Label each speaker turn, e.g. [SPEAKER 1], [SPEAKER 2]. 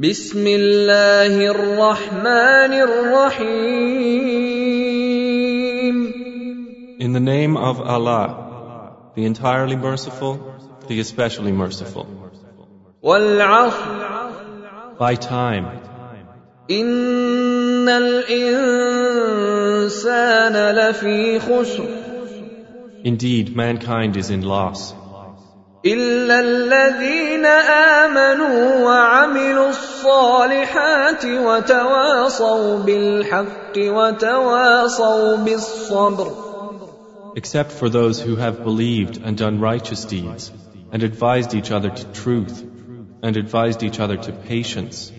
[SPEAKER 1] بسم الله الرحمن الرحيم
[SPEAKER 2] In the name of Allah, the entirely merciful, the especially merciful.
[SPEAKER 1] والعصر
[SPEAKER 2] By time,
[SPEAKER 1] إن الإنسان لفي خسر
[SPEAKER 2] indeed, mankind is in loss,
[SPEAKER 1] إلا الذين آمنوا وعملوا الصالحات وتواصوا بالحق وتواصوا بالصبر
[SPEAKER 2] except for those who have believed and done righteous deeds, and advised each other to truth, and advised each other to patience.